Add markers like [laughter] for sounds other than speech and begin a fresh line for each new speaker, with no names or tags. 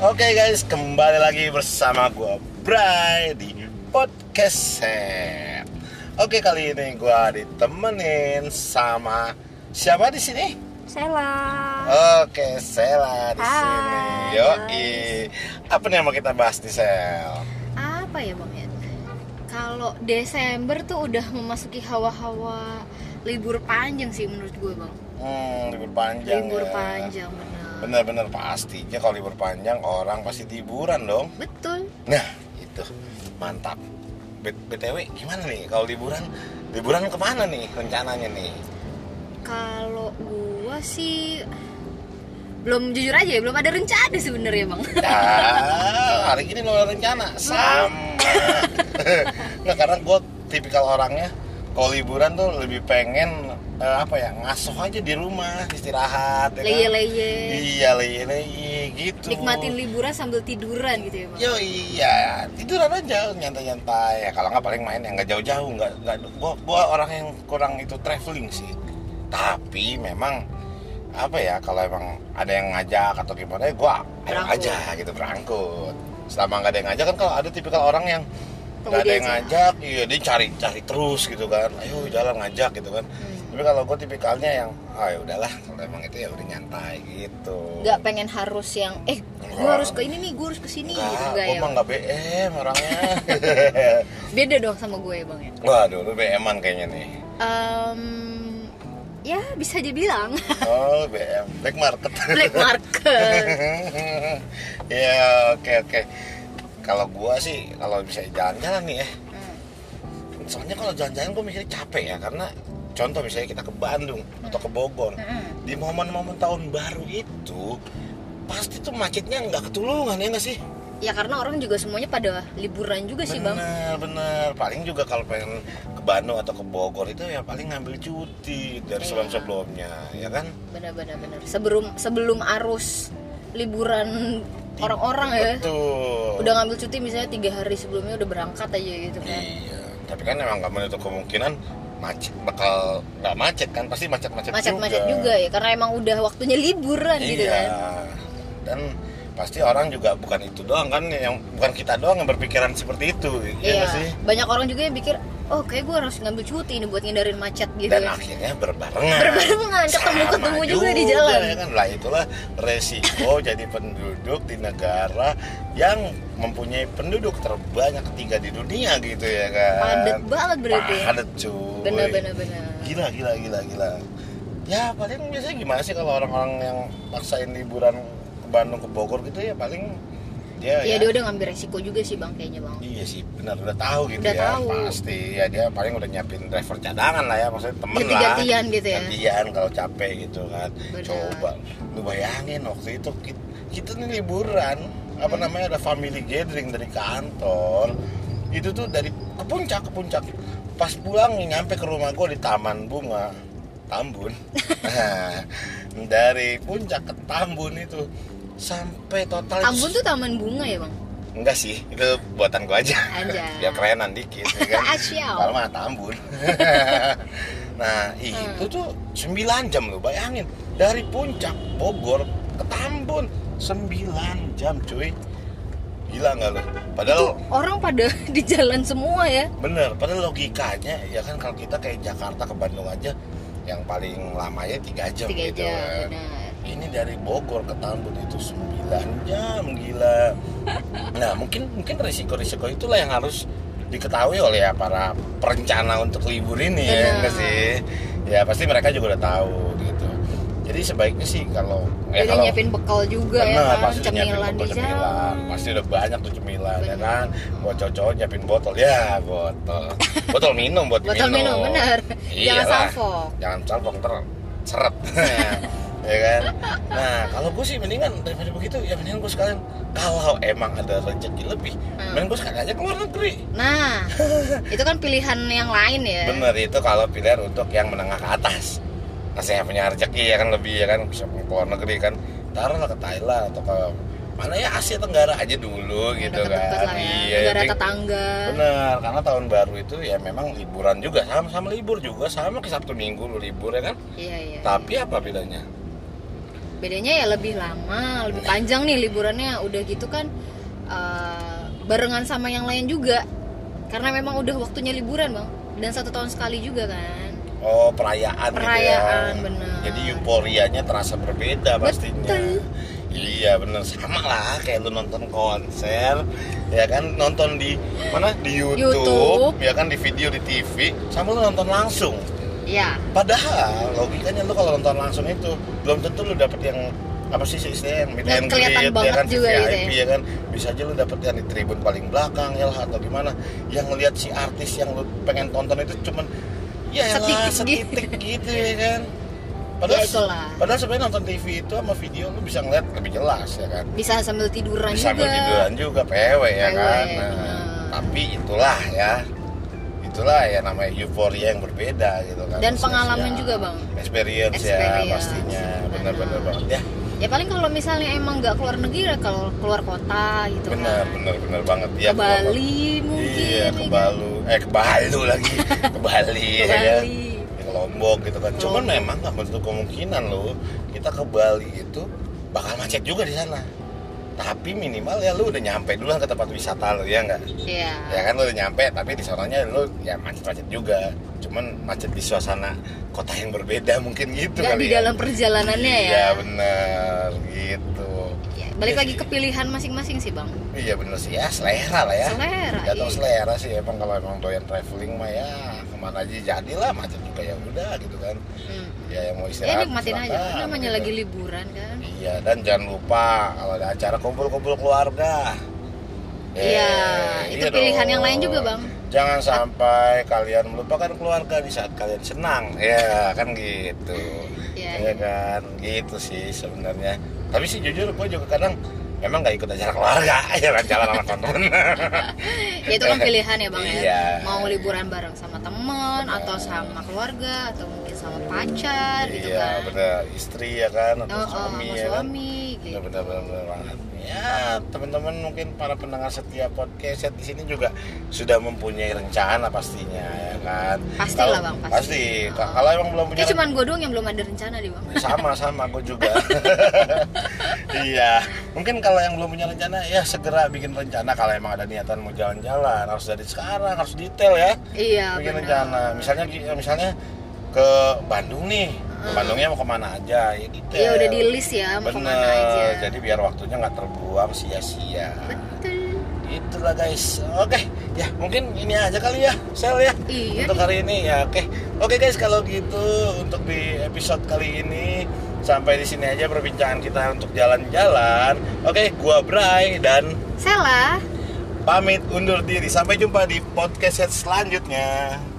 Oke guys, kembali lagi bersama gue Bray di podcast Sep. Oke kali ini gue ditemenin sama siapa di sini?
Sela.
Oke Sela di sini.
Hai,
Yoi. Apa nih yang mau kita bahas nih Sel?
Apa ya Bang Yan? Kalau Desember tuh udah memasuki hawa-hawa libur panjang sih menurut gue Bang.
Hmm, libur panjang.
libur
ya.
panjang benar.
Bener-bener pastinya kalau libur panjang orang pasti liburan dong.
Betul.
Nah, itu mantap. B- BTW gimana nih kalau liburan? Liburan kemana nih rencananya nih?
Kalau gue sih belum jujur aja ya, belum ada rencana sebenarnya Bang.
Ah, hari ini lo ada rencana sama. Nggak karena gue tipikal orangnya kalau liburan tuh lebih pengen eh, apa ya ngasuh aja di rumah istirahat. ya kan?
Leye-leye.
Iya leye leye gitu.
Nikmatin liburan sambil tiduran gitu ya Bang.
Yo iya tiduran aja nyantai-nyantai ya kalau nggak paling main yang nggak jauh-jauh nggak nggak gua, gua orang yang kurang itu traveling sih tapi memang apa ya kalau emang ada yang ngajak atau gimana ya gua ayo
Berangkut.
aja gitu berangkut selama nggak ada yang ngajak kan kalau ada tipikal orang yang
Tunggu
nggak ada
dia
yang
aja.
ngajak iya dia cari-cari terus gitu kan ayo jalan ngajak gitu kan tapi kalau gue tipikalnya yang ah ya udahlah kalau emang itu ya udah nyantai gitu
Nggak pengen harus yang eh gue
Nggak.
harus ke ini nih, gue harus ke sini gitu
Enggak, gue
enggak ya.
mah
Bang?
nggak BM orangnya.
[laughs] Beda dong sama gue ya Bang ya.
Waduh, lu BM-an kayaknya nih.
[laughs] Em, ya bisa dibilang [laughs]
Oh, BM, black market. [laughs]
black market
ya, oke oke. Kalau gua sih, kalau bisa jalan-jalan nih ya. Soalnya kalau jalan-jalan gua mikirnya capek ya, karena contoh misalnya kita ke Bandung atau ke Bogor,
Mm-mm.
di momen-momen tahun baru itu pasti tuh macetnya nggak ketulungan ya nggak sih?
[laughs] ya karena orang juga semuanya pada liburan juga Gitu sih bang
Bener, bener. Paling juga kalau pengen ke Bandung atau ke Bogor itu ya paling ngambil cuti dari
Iya.
sebelum-sebelumnya, ya kan?
benar-benar benar sebelum sebelum arus liburan orang-orang ya
Betul.
udah ngambil cuti misalnya tiga hari sebelumnya udah berangkat aja gitu kan
Iya. Tapi kan emang nggak menutup kemungkinan macet bakal nggak macet kan pasti macet-macet juga.
macet-macet juga. ya karena emang udah waktunya liburan gitu
iya.
kan
Dan pasti orang juga bukan itu doang kan yang bukan kita doang yang berpikiran seperti itu, ya nggak sih?
Iya. banyak orang juga yang pikir oh kayak gue harus ngambil cuti ini buat ngindarin macet gitu
dan
ya.
akhirnya berbarengan
Berbarengan, ketemu-ketemu Nah, juga di jalan.
ya kan lah itulah
[laughs]
resiko jadi penduduk di negara yang mempunyai penduduk terbanyak ketiga di dunia gitu ya kan
padet banget berarti ya.
padet cuy
bener-bener bener
gila gila gila gila ya paling biasanya gimana sih kalau orang-orang yang paksain liburan ke Bandung ke Bogor gitu ya paling dia
ya dia udah ngambil resiko juga sih bang kayaknya bang
Iya sih, benar udah tahu gitu
Udah
ya.
tahu.
Pasti ya dia paling udah nyiapin driver cadangan lah ya, maksudnya temen lah.
Ganti-gantian gitu ya.
Gantian kalau capek gitu kan.
Benar.
Coba lu bayangin waktu itu kita, kita nih liburan, apa
Hmm.
namanya ada family gathering dari kantor. Itu tuh dari ke puncak ke puncak. Pas pulang nih, nyampe ke rumah gue di Taman Bunga
[laughs]
Tambun. Nah, dari puncak ke Tambun itu sampai total
Tambun tuh taman bunga ya bang
Enggak sih, itu buatan gua aja.
Aja.
[laughs] Biar kerenan dikit ya
[laughs]
kan.
Asyal.
Kalau mah Tambun. [laughs] nah, itu tuh 9 jam lo bayangin. Dari puncak Bogor ke Tambun 9 jam, cuy. Gila nggak lo? Padahal
orang pada [laughs] di jalan semua ya
bener, padahal logikanya ya kan kalau kita kayak Jakarta ke Bandung aja yang paling lamanya 3 jam
tiga nah.
gitu. kan.
jam benar
ini dari Bogor ke Tambun itu 9 jam gila nah mungkin mungkin risiko-risiko itulah yang harus diketahui oleh ya para perencana untuk libur ini ya
Benar.
enggak sih ya pasti mereka juga udah tahu gitu jadi sebaiknya sih kalau
udah nyiapin bekal juga ya
Bener,
kan
pasti udah nyiapin
cemilan di
botol
jalan
cemilan pasti udah banyak tuh cemilan ya
Bener.
kan buat cowok-cowok nyiapin botol ya
[laughs]
botol botol minum buat
botol minum benar jangan
Iyalah.
salvo
jangan salpok ntar seret [laughs] ya kan nah kalau gue sih mendingan daripada begitu ya mendingan gue sekalian kalau emang ada rezeki lebih
Hmm.
mendingan gue sekalian aja keluar negeri [laughs]
nah itu kan pilihan yang lain ya
bener itu kalau pilihan untuk yang menengah ke atas masih yang punya rezeki ya kan lebih ya kan bisa keluar negeri kan taruhlah ke Thailand atau ke mana ya Asia Tenggara aja dulu
Yang
gitu
dekat-dekat
kan
lah ya
iya yang
negara
penting-
tetangga
Bener, karena tahun baru itu ya memang liburan juga sama-sama libur juga sama ke Sabtu Minggu lu libur ya kan
iya iya
tapi apa bedanya
bedanya ya lebih lama lebih panjang nih liburannya udah gitu kan eh, barengan sama yang lain juga karena memang udah waktunya liburan bang dan satu tahun sekali juga kan
Oh perayaan, gitu
Perayaan,
ya.
benar.
Jadi euforianya terasa berbeda pastinya.
Betul.
Iya bener sama lah kayak lu nonton konser, ya kan nonton di mana di YouTube,
YouTube.
ya kan di video di TV, sama lu nonton langsung.
ya
Padahal logikanya lu kalau nonton langsung itu belum tentu lu dapet yang apa sih istilahnya yang meet
Yang
and
kelihatan
greet,
banget
ya kan
juga gitu
VIP
ya.
ya kan bisa aja lu dapet yang di tribun paling belakang ya lah, atau gimana yang ngelihat si artis yang lu pengen tonton itu cuman ya lah
Setitik gitu.
setitik gitu
[laughs]
ya kan
Ya, itulah.
padahal sebenarnya nonton TV itu sama video lu bisa ngeliat lebih jelas ya kan
bisa sambil tiduran
bisa
juga
sambil tiduran juga pewe ya
Pewe,
kan Nah,
bener.
tapi itulah ya itulah ya namanya euforia yang berbeda gitu kan
dan
Maksudnya,
pengalaman
ya,
juga bang
experience,
Experience.
ya pastinya benar-benar
Benar.
banget ya
ya paling kalau misalnya emang nggak keluar negeri ya kalau keluar kota gitu
benar
kan
benar benar banget ya
ke Bali mungkin
iya ke
ya kan?
Balu eh ke Balu
[laughs]
lagi ke Bali
ke
ya kan
Bali
Ya, ke Lombok gitu kan cuman
Lombok.
memang nggak bentuk kemungkinan loh kita ke Bali itu bakal macet juga di sana tapi minimal ya lu udah nyampe duluan ke tempat wisata lo ya nggak
Iya.
ya kan lu udah nyampe tapi di sononya lu ya macet-macet juga cuman macet di suasana kota yang berbeda mungkin gitu
Nggak
kali
di
ya.
dalam perjalanannya ya.
iya bener gitu
Ya, Balik lagi ke pilihan masing-masing sih bang.
iya bener sih ya selera lah ya
Selera.
Gak tau
iya.
selera sih emang kalau emang doyan traveling mah ya kemana aja jadilah macet juga ya udah gitu kan
Hmm.
ya yang mau
Ya
istirahat
nikmatin aja.
silakan,
kan Namanya
gitu.
lagi liburan kan.
iya dan jangan lupa kalau ada acara kumpul-kumpul keluarga
Iya.
Eh,
Itu
iya
pilihan
dong.
yang lain juga bang.
jangan sampai kalian melupakan keluarga di saat kalian senang ya kan gitu
Iya.
ya kan gitu sih sebenarnya tapi sih jujur gue juga kadang memang nggak ikut acara keluarga [laughs] ya kan jalan sama temen
Ya itu kan pilihan ya bang ya.
Iya.
Mau liburan bareng sama teman atau sama keluarga atau mungkin sama pacar gitu
iya
kan.
bener istri ya kan atau
Oh, oh,
suami ya
sama
kan
suami gitu.
bener bener bener, bener banget ya teman-teman mungkin para pendengar setia podcast di sini juga sudah mempunyai rencana pastinya ya kan
Pastilah,
Kalau-
Bang, pasti.
pasti Ka- kalau emang belum punya
Ini cuman gue doang yang belum ada rencana deh bang. Iya,
sama sama aku juga [laughs] iya mungkin kalau yang belum punya rencana ya segera bikin rencana kalau emang ada niatan mau jalan-jalan harus dari sekarang harus detail ya
Iya
bikin
benar.
rencana misalnya gi- misalnya ke Bandung nih ke
Hmm.
Bandungnya mau kemana aja ya detail
Iya udah di list ya mau
bener
kemana aja.
jadi biar waktunya nggak terbuang sia-sia
Betul.
itulah guys oke ya mungkin ini aja kali ya sel ya
Iya
untuk hari ini ya oke oke guys kalau gitu untuk di episode kali ini sampai di sini aja perbincangan kita untuk jalan-jalan oke gua Bray dan
Salah.
pamit undur diri sampai jumpa di podcast selanjutnya